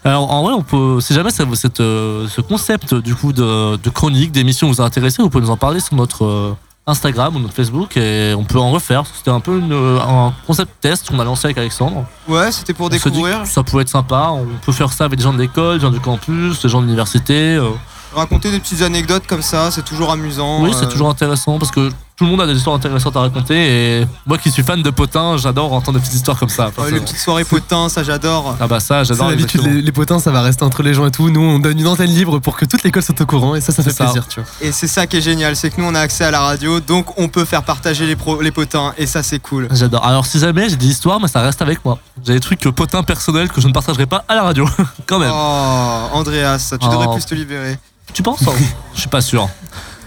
Speaker 4: Alors en vrai, on peut, si jamais ça, vous- cette, euh, ce concept du coup de, de chronique, d'émission vous a intéressé, vous pouvez nous en parler sur notre euh, Instagram ou notre Facebook et on peut en refaire. C'était un peu une, euh, un concept test qu'on a lancé avec Alexandre.
Speaker 3: Ouais, c'était pour
Speaker 4: on s'est dit
Speaker 3: découvrir,
Speaker 4: que ça pouvait être sympa. On peut faire ça avec des gens de l'école, des gens du campus, des gens de l'université. euh.
Speaker 3: raconter des petites anecdotes comme ça, c'est toujours amusant.
Speaker 4: Oui, c'est
Speaker 3: euh,
Speaker 4: toujours intéressant parce que tout le monde a des histoires intéressantes à raconter et moi qui suis fan de Potin, j'adore entendre des petites histoires comme ça.
Speaker 3: euh, les petites soirées potins, ça j'adore.
Speaker 4: Ah bah ça,
Speaker 5: C'est
Speaker 4: j'adore
Speaker 5: l'habitude,
Speaker 4: exactement.
Speaker 5: les, les potins, ça va rester entre les gens et tout. Nous, on donne une antenne libre pour que toute l'école soit au courant et ça, ça fait
Speaker 4: C'est ça.
Speaker 5: plaisir, tu vois.
Speaker 3: Et c'est ça qui est génial, c'est que nous on a accès à la radio, donc on peut faire partager les, pro- les potins, et ça c'est cool.
Speaker 4: J'adore. Alors si jamais j'ai des histoires, mais ça reste avec moi. J'ai des trucs euh, potins personnels que je ne partagerai pas à la radio, quand
Speaker 3: Oh,
Speaker 4: même.
Speaker 3: Andreas, tu
Speaker 4: Oh.
Speaker 3: devrais plus te libérer.
Speaker 4: Tu penses hein Je suis pas sûr.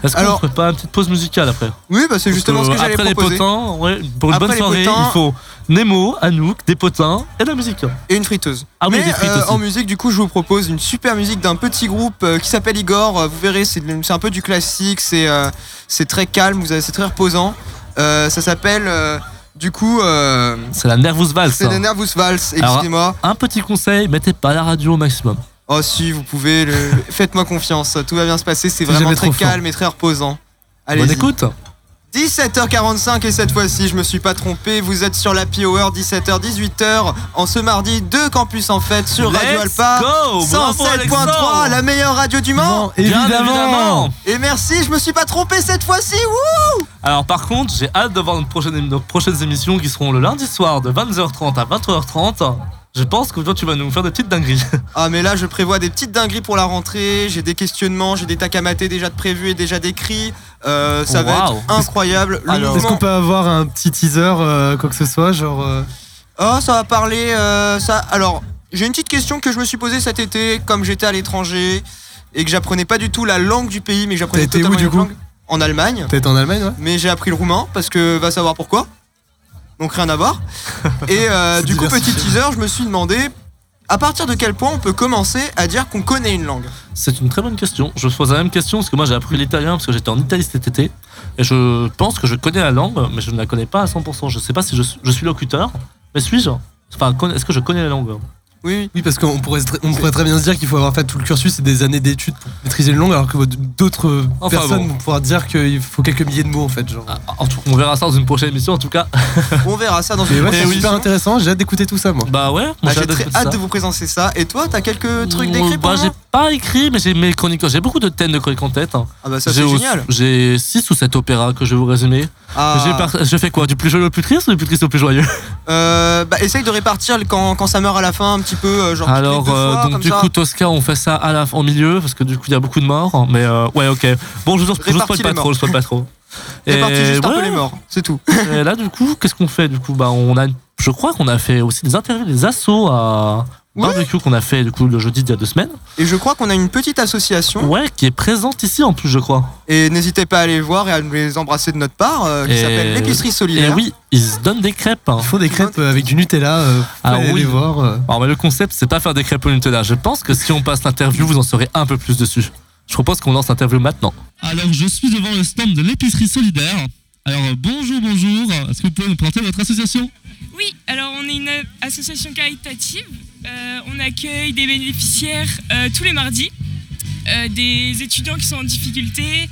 Speaker 4: Est-ce qu'on
Speaker 3: Alors-
Speaker 4: ferait pas une petite pause musicale après
Speaker 3: Oui, bah c'est justement
Speaker 4: Parce
Speaker 3: ce que j'allais
Speaker 4: Après les
Speaker 3: proposer.
Speaker 4: potins, ouais, pour une
Speaker 3: Après
Speaker 4: bonne
Speaker 3: les
Speaker 4: soirée,
Speaker 3: potins-
Speaker 4: il faut Nemo, Anouk, des potins et de la musique.
Speaker 3: Et une friteuse.
Speaker 4: Ah oui,
Speaker 3: Mais
Speaker 4: des frites
Speaker 3: euh,
Speaker 4: aussi.
Speaker 3: en musique, du coup, je vous propose une super musique d'un petit groupe euh, qui s'appelle Igor. Euh, Vous verrez, c'est c'est un peu du classique, c'est euh, c'est très calme, vous avez- c'est très reposant. Euh, ça s'appelle, euh, du coup, euh,
Speaker 4: C'est la Nervous Valse.
Speaker 3: c'est
Speaker 4: hein.
Speaker 3: des Nervous Valse,
Speaker 4: Alors-
Speaker 3: excusez-moi.
Speaker 4: Un petit conseil, mettez pas la radio au maximum.
Speaker 3: Oh si, vous pouvez, le- faites-moi confiance, tout va bien se passer, c'est
Speaker 5: C'est
Speaker 3: vraiment
Speaker 5: jamais
Speaker 3: très
Speaker 5: trop fort.
Speaker 3: calme et très reposant. Allez,
Speaker 4: Bonne écoute
Speaker 3: 17h45 et cette fois-ci, je me suis pas trompé, vous êtes sur la Hour 17h-18h en ce mardi 2 campus en fait sur Radio
Speaker 4: Let's
Speaker 3: Alpa.
Speaker 4: go Bravo,
Speaker 3: 107.3,
Speaker 4: Alexandre
Speaker 3: la meilleure radio du Mans.
Speaker 5: Non,
Speaker 4: Bien
Speaker 5: évidemment.
Speaker 3: Et merci, je me suis pas trompé cette fois-ci. wouh
Speaker 4: Alors par contre, j'ai hâte de voir notre prochaine ém- nos prochaines émissions qui seront le lundi soir de 22h30 à 23h30. Je pense que toi tu vas nous faire des petites dingueries.
Speaker 3: Ah mais là, je prévois des petites dingueries pour la rentrée. J'ai des questionnements, j'ai des takamatés déjà de prévus et déjà décrits. Euh, ça va
Speaker 4: Oh, Waouh.
Speaker 3: être incroyable. Le
Speaker 5: Est-ce qu'on
Speaker 3: mouvement.
Speaker 5: peut avoir un petit teaser, euh, quoi que ce soit, genre. euh,
Speaker 3: Oh, ça va parler. euh, ça. Alors, j'ai une petite question que je me suis posée cet été, comme j'étais à l'étranger et que j'apprenais pas du tout la langue du pays, mais que j'apprenais
Speaker 5: T'as été où,
Speaker 3: totalement
Speaker 5: du
Speaker 3: une
Speaker 5: coup
Speaker 3: langue en Allemagne.
Speaker 5: Peut-être en Allemagne, ouais.
Speaker 3: mais j'ai appris le roumain parce que va savoir pourquoi. Donc rien à voir. Et euh,
Speaker 5: C'est
Speaker 3: du coup, petit
Speaker 5: diversifié.
Speaker 3: teaser, je me suis demandé à partir de quel point on peut commencer à dire qu'on connaît une langue.
Speaker 4: C'est une très bonne question. Je pose la même question parce que moi j'ai appris l'italien parce que j'étais en Italie cet été. Et je pense que je connais la langue, mais je ne la connais pas à 100%. Je sais pas si je, suis- je suis locuteur, mais suis-je Enfin, conna- est-ce que je connais la langue
Speaker 3: Oui,
Speaker 5: Oui, parce qu'on pourrait, se tr- on pourrait très bien se dire qu'il faut avoir fait tout le cursus et des années d'études pour maîtriser une langue, alors que d'autres
Speaker 4: Enfin,
Speaker 5: personnes
Speaker 4: bon.
Speaker 5: vont pouvoir dire qu'il faut quelques milliers de mots en fait. Genre.
Speaker 4: Ah, en tout- On verra ça dans une prochaine émission en tout cas.
Speaker 3: on verra ça dans
Speaker 5: Mais
Speaker 3: une
Speaker 5: ouais,
Speaker 4: Eh
Speaker 3: prochaine
Speaker 5: c'est super
Speaker 3: émission.
Speaker 5: intéressant, j'ai hâte d'écouter tout ça moi.
Speaker 4: Bah ouais,
Speaker 3: Ah,
Speaker 4: moi,
Speaker 3: J'ai très
Speaker 4: d'écouter ça.
Speaker 3: hâte de vous présenter ça. Et toi, t'as quelques trucs d'écrit pour
Speaker 4: Bah, j'ai
Speaker 3: moi
Speaker 4: pas écrit, mais j'ai mes chroniques. J'ai beaucoup de thèmes de chroniques en tête. hein.
Speaker 3: Ah bah ça
Speaker 4: J'ai
Speaker 3: c'est
Speaker 4: aussi-
Speaker 3: génial.
Speaker 4: J'ai 6 ou 7 opéras que je vais vous résumer.
Speaker 3: Ah,
Speaker 4: J'ai par- Je fais quoi Du plus joyeux au plus triste ou du plus triste au plus joyeux
Speaker 3: euh, bah, essaye de répartir quand, quand ça meurt à la fin un petit peu, euh, genre toutes les
Speaker 4: Alors,
Speaker 3: deux
Speaker 4: euh,
Speaker 3: fois,
Speaker 4: donc
Speaker 3: comme
Speaker 4: du
Speaker 3: ça.
Speaker 4: coup, Tosca, on fait ça à la... en milieu parce que du coup, il y a beaucoup de morts. Mais euh, ouais, ok. Bon, je vous je vous
Speaker 3: Répartis
Speaker 4: spoil
Speaker 3: les
Speaker 4: pas
Speaker 3: morts.
Speaker 4: trop, je spoil pas trop.
Speaker 3: Répartis juste un peu
Speaker 4: ouais,
Speaker 3: les morts, c'est tout.
Speaker 4: et là, du coup, qu'est-ce qu'on fait Du coup, bah, on a, je crois qu'on a fait aussi des interviews, des assos à
Speaker 3: Ouais.
Speaker 4: barbecue qu'on a fait du coup le jeudi d'il y a deux semaines.
Speaker 3: Et je crois qu'on a une petite association.
Speaker 4: Ouais, qui est présente ici en plus, je crois.
Speaker 3: Et n'hésitez pas à aller voir et à nous les embrasser de notre part, euh, qui
Speaker 4: Et-
Speaker 3: s'appelle l'épicerie
Speaker 4: Et
Speaker 3: solidaire.
Speaker 4: oui, ils se donnent des crêpes. hein.
Speaker 5: Ils font des crêpes euh, avec du Nutella, euh,
Speaker 4: Ah
Speaker 5: allez
Speaker 4: oui.
Speaker 5: les voir. euh.
Speaker 4: Alors, mais le concept, c'est pas faire des crêpes au Nutella. Je pense que si on passe l'interview, vous en saurez un peu plus dessus. Je propose qu'on lance l'interview maintenant. Alors, je suis devant le stand de l'épicerie solidaire. Alors, euh, bonjour, bonjour. Est-ce que vous pouvez nous présenter votre association
Speaker 7: Oui, alors on est une association caritative. Euh, on accueille des bénéficiaires euh, tous les mardis, euh, des étudiants qui sont en difficulté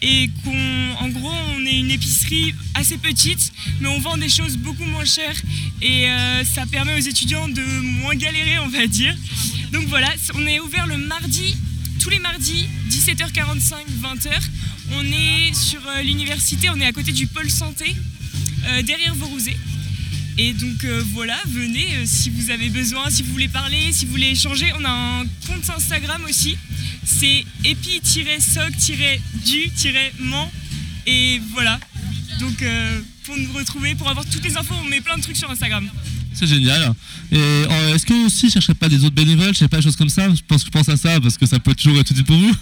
Speaker 7: et qu'on, en gros, on est une épicerie assez petite, mais on vend des choses beaucoup moins chères et euh, ça permet aux étudiants de moins galérer, on va dire. Donc voilà, on est ouvert le mardi, tous les mardis, 17h45, 20h. On est sur euh, l'université, on est à côté du pôle santé, euh, derrière Vaurouzé. Et donc euh, voilà, venez euh, si vous avez besoin, si vous voulez parler, si vous voulez échanger. On a un compte Instagram aussi. C'est épi-soc-du-ment. Et voilà. Donc euh, pour nous retrouver, pour avoir toutes les infos, on met plein de trucs sur Instagram.
Speaker 4: C'est génial. Et euh, est-ce que vous aussi cherchez pas des autres bénévoles, je sais pas, des choses comme ça Je pense que je pense à ça parce que ça peut toujours être utile pour vous.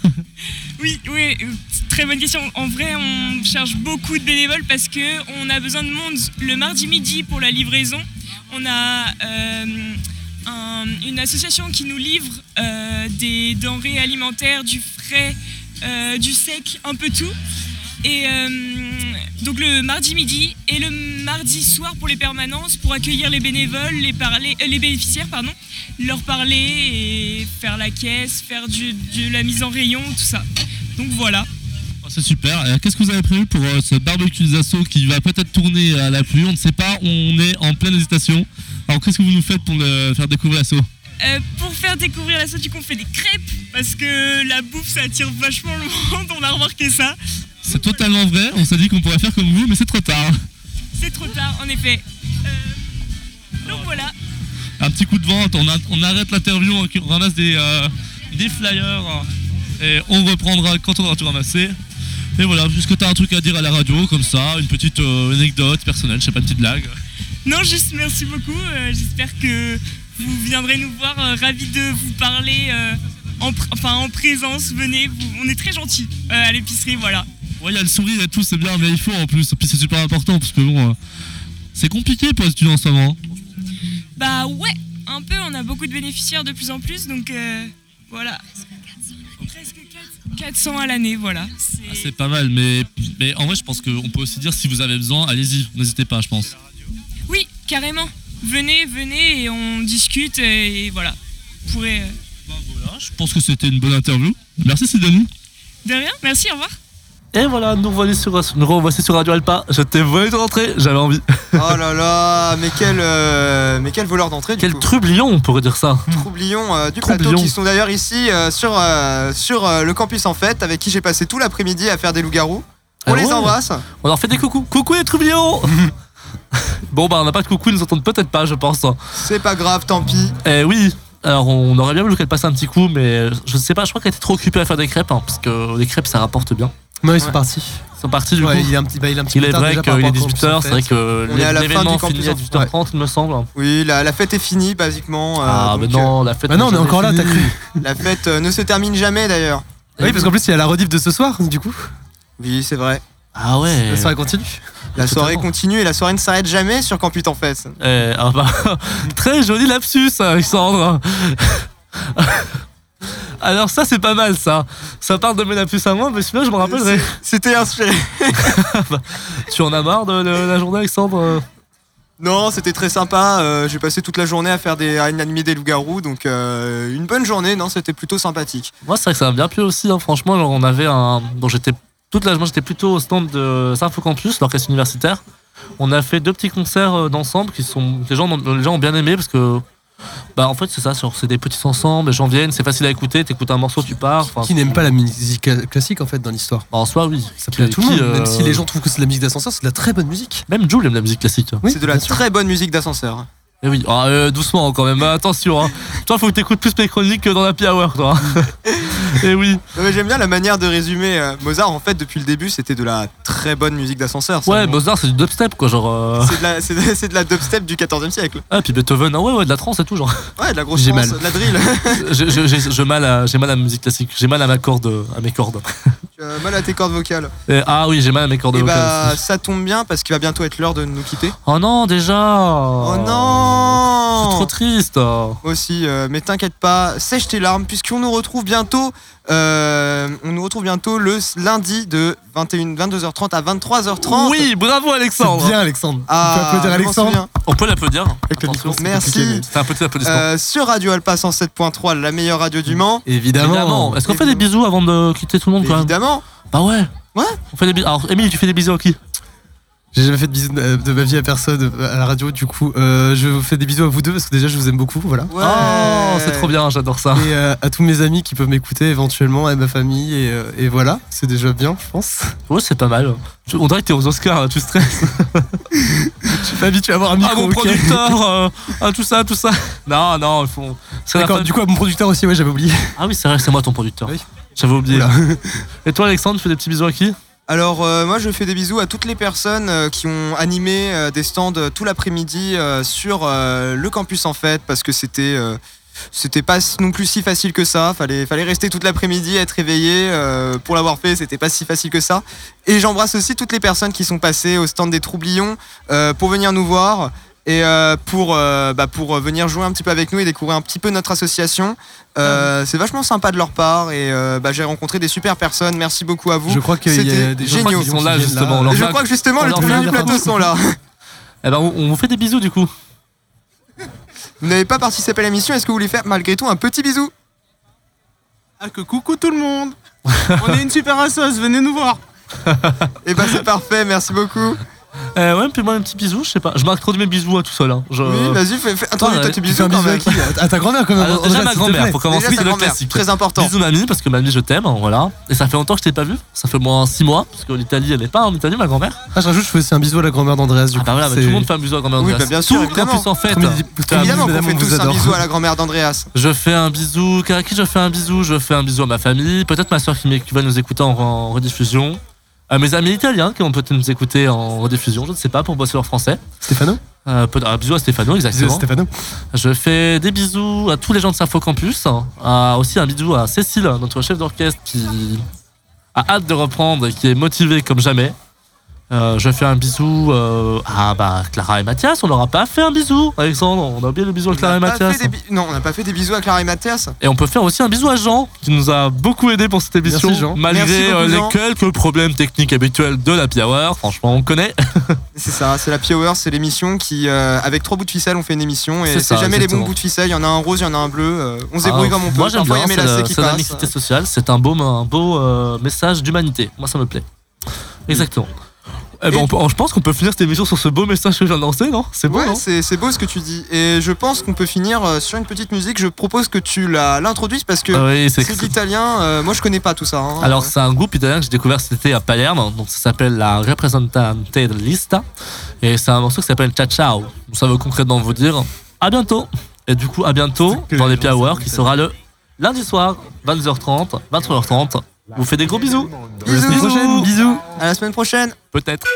Speaker 7: Oui, oui, euh, très bonne question. En vrai, on cherche beaucoup de bénévoles parce que on a besoin de monde le mardi midi pour la livraison. On a euh, un- une association qui nous livre euh, des denrées alimentaires, du frais, euh, du sec, un peu tout. Et euh, donc le mardi midi et le mardi soir pour les permanences, pour accueillir les bénévoles, les, parler, euh, les bénéficiaires, pardon, leur parler et faire la caisse, faire du- de la mise en rayon, tout ça. Donc voilà.
Speaker 4: C'est super. Euh, Qu'est-ce que vous avez prévu pour euh, ce barbecue des assos qui va peut-être tourner à la pluie On ne sait pas, on est en pleine hésitation. Alors qu'est-ce que vous nous faites pour le faire découvrir l'assaut
Speaker 7: Euh, pour faire découvrir la sauce, du coup, on fait des crêpes parce que la bouffe, ça attire vachement le monde. On a remarqué ça.
Speaker 4: C'est totalement vrai, on s'est dit qu'on pourrait faire comme vous, mais c'est trop tard.
Speaker 7: C'est trop tard, en effet. Euh, donc voilà.
Speaker 4: Un petit coup de vente, on, a- on arrête l'interview, on ramasse des, euh, des flyers et on reprendra quand on aura tout ramassé. Et voilà, puisque t'as un truc à dire à la radio, comme ça, une petite euh, anecdote personnelle, je sais pas, une petite blague.
Speaker 7: Non, juste merci beaucoup. Euh, J'espère que vous viendrez nous voir. euh, ravis de vous parler euh, en, pr- enfin, en présence. Venez, vous- on est très gentils euh, à l'épicerie, voilà.
Speaker 9: Ouais, il y a le sourire et tout, c'est bien, mais il faut en plus. Puis c'est super important parce que bon, euh, c'est compliqué pour les étudiants en ce moment.
Speaker 10: Bah ouais, un peu, on a beaucoup de bénéficiaires de plus en plus, donc euh, voilà. Presque 400. 400 à l'année, voilà. C'est-
Speaker 9: Ah, c'est pas mal, mais, mais en vrai, je pense qu'on peut aussi dire si vous avez besoin, allez-y, n'hésitez pas, je pense.
Speaker 10: Oui, carrément. Venez, venez et on discute et voilà. Vous pourrez... euh,
Speaker 9: Je pense que c'était une bonne interview. Merci, Sidonie.
Speaker 10: De rien, merci, au revoir.
Speaker 4: Et voilà, nous revoilà sur, nous revoici sur Radio Alpa. Je t'ai volé de rentrer, j'avais envie.
Speaker 3: Oh là là, mais quel, euh, mais quel voleur d'entrée du
Speaker 4: Quel
Speaker 3: coup.
Speaker 4: trublion, on pourrait dire ça.
Speaker 3: Troublions euh, du plateau
Speaker 4: Troublions.
Speaker 3: qui sont d'ailleurs ici euh, sur, euh, sur euh, le campus en fait, avec qui j'ai passé tout l'après-midi à faire des loups-garous. On
Speaker 4: Ah
Speaker 3: les
Speaker 4: ouais.
Speaker 3: embrasse.
Speaker 4: On leur fait des coucou. Coucou les trublions Bon, bah, on n'a pas de coucou, ils nous entendent peut-être pas, je pense.
Speaker 3: C'est pas grave, tant pis.
Speaker 4: Eh oui alors on aurait bien voulu qu'elle passe un petit coup, mais je sais pas, je crois qu'elle était trop occupée à faire des crêpes, hein, parce que les crêpes ça rapporte bien.
Speaker 5: Non, ils sont
Speaker 3: Ouais.
Speaker 5: partis.
Speaker 4: Ils sont partis du
Speaker 5: Ouais,
Speaker 4: coup.
Speaker 5: il est un petit, bah, il est un petit
Speaker 4: Il
Speaker 5: peu
Speaker 4: est
Speaker 5: tard
Speaker 4: vrai
Speaker 5: déjà
Speaker 4: qu'il
Speaker 5: par
Speaker 4: est
Speaker 5: rapport au
Speaker 4: 18h, c'est vrai que
Speaker 3: On est à la fin
Speaker 4: l'événement
Speaker 3: du campus,
Speaker 4: finit à
Speaker 3: en fait.
Speaker 4: 18h30 il me semble.
Speaker 3: Oui, la, la fête est finie basiquement. euh,
Speaker 4: ah mais
Speaker 3: donc,
Speaker 4: non, la fête...
Speaker 5: Bah non, on est
Speaker 4: déjà
Speaker 5: encore là,
Speaker 4: finie.
Speaker 5: t'as cru.
Speaker 3: euh, La fête euh, ne se termine jamais d'ailleurs.
Speaker 5: Oui, parce qu'en plus, il y a la rediff de ce soir, du coup.
Speaker 3: Oui, c'est vrai.
Speaker 4: Ah ouais
Speaker 5: La soirée continue.
Speaker 3: La soirée
Speaker 4: Totalement.
Speaker 3: continue et la soirée ne s'arrête jamais sur Campus en fait.
Speaker 4: Eh, ah bah, Très joli lapsus, Alexandre. Alors ça, c'est pas mal, ça. Ça part de mes lapsus à moi, mais sinon, je me rappellerai.
Speaker 3: C'était inspiré.
Speaker 4: Tu en as marre de le- la journée, Alexandre euh
Speaker 3: Non, c'était très sympa. euh, j'ai passé toute la journée à faire des à animer des loups-garous, donc euh, une bonne journée. Non, c'était plutôt sympathique.
Speaker 4: Moi, c'est vrai que ça m'a bien plu aussi. hein. Franchement, genre, on avait un... Bon, j'étais... Toute la journée, j'étais plutôt au stand de Sarfo Campus, l'orchestre universitaire. On a fait deux petits concerts euh, d'ensemble qui sont... Les gens, ont- les gens ont bien aimé parce que... Bah, en fait, c'est ça, genre, c'est des petits ensembles, les gens viennent, c'est facile à écouter, t'écoutes un morceau, tu pars. Enfin, Bah,
Speaker 5: Qui n'aime pas la musique classique, en fait, dans l'histoire
Speaker 4: en soi, oui.
Speaker 5: Ça plaît à
Speaker 4: Qui-
Speaker 5: tout le
Speaker 4: qui,
Speaker 5: monde,
Speaker 4: euh,
Speaker 5: même si les gens trouvent que c'est de la musique d'ascenseur, c'est de la très bonne musique.
Speaker 4: Même Jules aime la musique classique.
Speaker 5: Oui,
Speaker 3: C'est de la très bonne musique d'ascenseur.
Speaker 4: Eh oui, ah, euh, doucement quand même, attention. Hein. Toi, faut que t'écoutes plus mes chroniques que dans la Hour, toi. Eh oui.
Speaker 3: Non, mais j'aime bien la manière de résumer. euh, Mozart, en fait, depuis le début, c'était de la très bonne musique d'ascenseur. ça.
Speaker 4: Ouais, Mozart, c'est du dubstep, quoi, genre. euh.
Speaker 3: C'est de, la, c'est de- c'est de la dubstep du 14 e siècle.
Speaker 4: Ah, puis Beethoven, ah ouais, ouais, de la trance et tout, genre.
Speaker 3: Ouais, de la grosse
Speaker 5: J'ai
Speaker 3: trance,
Speaker 5: mal.
Speaker 3: de la drill.
Speaker 4: Je- je- je- J'ai mal, à- j'ai mal à la musique classique, j'ai mal à ma corde, euh, à mes cordes.
Speaker 3: Tu as mal à tes cordes vocales.
Speaker 4: Eh, ah oui, j'ai mal à mes cordes
Speaker 3: Et
Speaker 4: vocales
Speaker 3: bah,
Speaker 4: aussi.
Speaker 3: ça tombe bien parce qu'il va bientôt être l'heure de nous quitter.
Speaker 4: Oh non, déjà
Speaker 3: Oh,
Speaker 4: C'est
Speaker 3: non
Speaker 4: trop triste
Speaker 3: aussi, euh, mais t'inquiète pas, sèche tes larmes puisqu'on nous retrouve bientôt. euh, on nous retrouve bientôt le s- lundi de 21, 22h30 à 23h30.
Speaker 4: Oui, bravo Alexandre
Speaker 5: Bien, Alexandre.
Speaker 3: Ah,
Speaker 5: tu peux applaudir
Speaker 3: je m'en
Speaker 5: Alexandre.
Speaker 3: souviens.
Speaker 4: On peut l'applaudir.
Speaker 5: le
Speaker 4: Attention.
Speaker 5: micro, c'est
Speaker 3: compliqué, mais-
Speaker 4: C'est un petit applaudissement.
Speaker 3: Euh, sur Radio Alpa 107.3, la meilleure radio du Mans.
Speaker 5: Évidemment.
Speaker 4: Évidemment. Est-ce qu'on fait des
Speaker 3: évidemment.
Speaker 4: bisous avant de quitter tout le monde, quand même
Speaker 3: Évidemment.
Speaker 4: Bah ouais.
Speaker 3: Ouais.
Speaker 4: On fait des bisous. Alors, Émile, tu fais des bisous à qui
Speaker 5: J'ai jamais fait de bisous euh, de ma vie à personne euh, à la radio, du coup, euh, je vous fais des bisous à vous deux parce que déjà je vous aime beaucoup, voilà.
Speaker 3: Ouais.
Speaker 4: Oh, c'est trop bien, j'adore ça.
Speaker 5: Et euh, à tous mes amis qui peuvent m'écouter éventuellement, à ma famille, et, euh, et voilà, c'est déjà bien, je pense.
Speaker 4: Ouais, c'est pas mal. Tu- On dirait que t'es aux Oscars, tu stresses.
Speaker 5: Je suis pas habitué à avoir un micro.
Speaker 4: Ah, mon
Speaker 5: ok.
Speaker 4: producteur, euh, ah, tout ça, tout ça. Non, non, ils font. c'est la
Speaker 5: D'accord,
Speaker 4: fin-
Speaker 5: du coup, à mon producteur aussi, ouais, j'avais oublié.
Speaker 4: Ah oui, c'est vrai, c'est moi ton producteur.
Speaker 5: Oui.
Speaker 4: J'avais oublié.
Speaker 5: Oula.
Speaker 4: Et toi, Alexandre, tu fais des petits bisous à qui
Speaker 3: Alors euh, moi je fais des bisous à toutes les personnes euh, qui ont animé euh, des stands euh, tout l'après-midi euh, sur euh, le campus en fait parce que c'était euh, c'était pas non plus si facile que ça, fallait fallait rester toute l'après-midi, être réveillé euh, pour l'avoir fait, c'était pas si facile que ça. Et j'embrasse aussi toutes les personnes qui sont passées au stand des Troublions euh, pour venir nous voir et euh, pour euh, bah, pour venir jouer un petit peu avec nous et découvrir un petit peu notre association. Euh, C'est vachement sympa de leur part et euh, bah, j'ai rencontré des super personnes. Merci beaucoup à vous.
Speaker 5: Je crois qu'il y
Speaker 3: C'était
Speaker 5: a des gens
Speaker 3: géniaux.
Speaker 5: qui
Speaker 4: Ils sont là,
Speaker 5: viennent
Speaker 4: justement, on leur
Speaker 3: Et je
Speaker 4: Enfin,
Speaker 3: crois que justement,
Speaker 4: on
Speaker 3: les
Speaker 4: leur
Speaker 3: troublions
Speaker 4: fait
Speaker 3: du
Speaker 4: la
Speaker 3: plateau
Speaker 4: partie.
Speaker 3: sont là.
Speaker 4: Eh ben, on on vous fait des bisous du coup.
Speaker 3: Vous n'avez pas participé à l'émission, est-ce que vous voulez faire malgré tout un petit bisou
Speaker 2: Ah que coucou tout le monde On est une super assos, venez nous voir
Speaker 3: Eh ben c'est parfait, merci beaucoup.
Speaker 4: Euh, ouais, puis moi, un petit bisou, je sais pas. Je marque trop de mes bisous à tout seul. hein. Je-
Speaker 3: Oui, bah, euh, vas-y, fais, fais- attendez,
Speaker 4: ouais,
Speaker 3: toi tu
Speaker 5: Tu fais
Speaker 3: bisous
Speaker 5: un
Speaker 3: quand
Speaker 5: bisou à
Speaker 3: même.
Speaker 5: qui À Ah, ta grand-mère, quand même.
Speaker 4: Alors,
Speaker 5: en- en
Speaker 4: Ah, déjà,
Speaker 5: vrai,
Speaker 4: ma
Speaker 5: s'il te
Speaker 4: grand-mère,
Speaker 5: plaît.
Speaker 4: faut
Speaker 3: Déjà,
Speaker 4: commencer
Speaker 3: sa
Speaker 4: c'est le
Speaker 3: grand-mère,
Speaker 4: classique.
Speaker 3: très important.
Speaker 4: Bisous mamie, parce que mamie je t'aime, hein, voilà. Et ça fait longtemps que je t'ai pas vu, ça fait au moins 6 mois, parce que l'Italie elle est pas en Italie ma grand-mère.
Speaker 5: Ah, je rajoute, je fais aussi un bisou à la grand-mère d'Andreas, du
Speaker 4: Ah
Speaker 5: coup.
Speaker 4: bah voilà, bah,
Speaker 5: c'est-
Speaker 4: tout le monde fait un bisou à grand-mère.
Speaker 3: Oui,
Speaker 4: Andreas.
Speaker 3: bah, bien sûr,
Speaker 4: Tout le
Speaker 3: évidemment.
Speaker 4: campus en fait.
Speaker 5: Premier di- premier
Speaker 3: Évidemment qu'on
Speaker 5: madame,
Speaker 3: fait
Speaker 5: on
Speaker 3: tous
Speaker 5: vous
Speaker 3: un
Speaker 5: adore.
Speaker 3: bisou à la grand-mère d'Andreas.
Speaker 4: Je fais un bisou. À qui je fais un bisou Je fais un bisou à ma famille, peut-être ma soeur qui, m'é- qui va nous écouter en, en rediffusion. À mes amis italiens qui vont peut-être nous écouter en rediffusion, je ne sais pas, pour bosser leur français.
Speaker 5: Stéphano
Speaker 4: Euh, peut- un bisou à Stéphano,
Speaker 5: Bisous à
Speaker 4: exactement.
Speaker 5: Stéphano.
Speaker 4: Je fais des bisous à tous les gens de Sappho Campus. hein. À- aussi un bisou à Cécile, notre chef d'orchestre, qui a hâte de reprendre et qui est motivé comme jamais. Euh, je fais un bisou euh, à bah, Clara et Mathias. On leur a pas fait un bisou, Alexandre. On a oublié le bisou à
Speaker 3: On
Speaker 4: Clara et
Speaker 3: n'a pas
Speaker 4: Mathias.
Speaker 3: fait des bi- Non, on n'a pas fait des bisous à Clara et Mathias.
Speaker 4: Et on peut faire aussi un bisou à Jean, qui nous a beaucoup aidé pour cette émission,
Speaker 5: Merci, Jean.
Speaker 4: malgré
Speaker 3: Merci beaucoup,
Speaker 4: euh, les
Speaker 3: Jean.
Speaker 4: quelques problèmes techniques habituels de la Piaware. Franchement, on connaît.
Speaker 3: C'est ça, c'est la Power, c'est l'émission qui, euh, avec trois bouts de ficelle, on fait une émission
Speaker 4: C'est
Speaker 3: et
Speaker 4: ça,
Speaker 3: c'est jamais les
Speaker 4: exactement.
Speaker 3: bons bouts de ficelle. Il y en a un rose, il y en a un bleu. euh, on se débrouille
Speaker 4: Ah,
Speaker 3: comme on peut.
Speaker 4: Moi, j'aime
Speaker 3: Parfois,
Speaker 4: bien.
Speaker 3: il y a mes
Speaker 4: C'est la,
Speaker 3: lacets qui
Speaker 4: c'est la
Speaker 3: passent.
Speaker 4: mixité sociale. C'est un beau, un beau euh, message d'humanité. Moi, ça me plaît. Exactement. Eh ben,
Speaker 3: Et-
Speaker 4: on peut- je pense qu'on peut finir cette émission sur ce beau message que je viens de lancer, non C'est beau,
Speaker 3: Ouais,
Speaker 4: non
Speaker 3: c'est c'est beau ce que tu dis. Et je pense qu'on peut finir euh, sur une petite musique. Je propose que tu la- l'introduises parce que
Speaker 4: Ah Oui, c'est
Speaker 3: c'est de l'italien. euh, moi, je connais pas tout ça. hein.
Speaker 4: Alors, c'est un groupe italien que j'ai découvert cet été à Palerme. Donc, ça s'appelle la Representante de Lista. Et c'est un morceau qui s'appelle Ciao Ciao. Donc, Ça veut concrètement vous dire à bientôt. Et du coup, à bientôt
Speaker 5: que
Speaker 4: dans
Speaker 5: les
Speaker 4: les
Speaker 5: gens
Speaker 4: Hour
Speaker 5: s'amusent
Speaker 4: qui
Speaker 5: à
Speaker 4: sera le lundi soir, 22h30, 23h30. Vous faites des gros bisous.
Speaker 3: bisous,
Speaker 5: prochaine,
Speaker 3: bisous. Euh, À la semaine prochaine.
Speaker 4: Peut-être.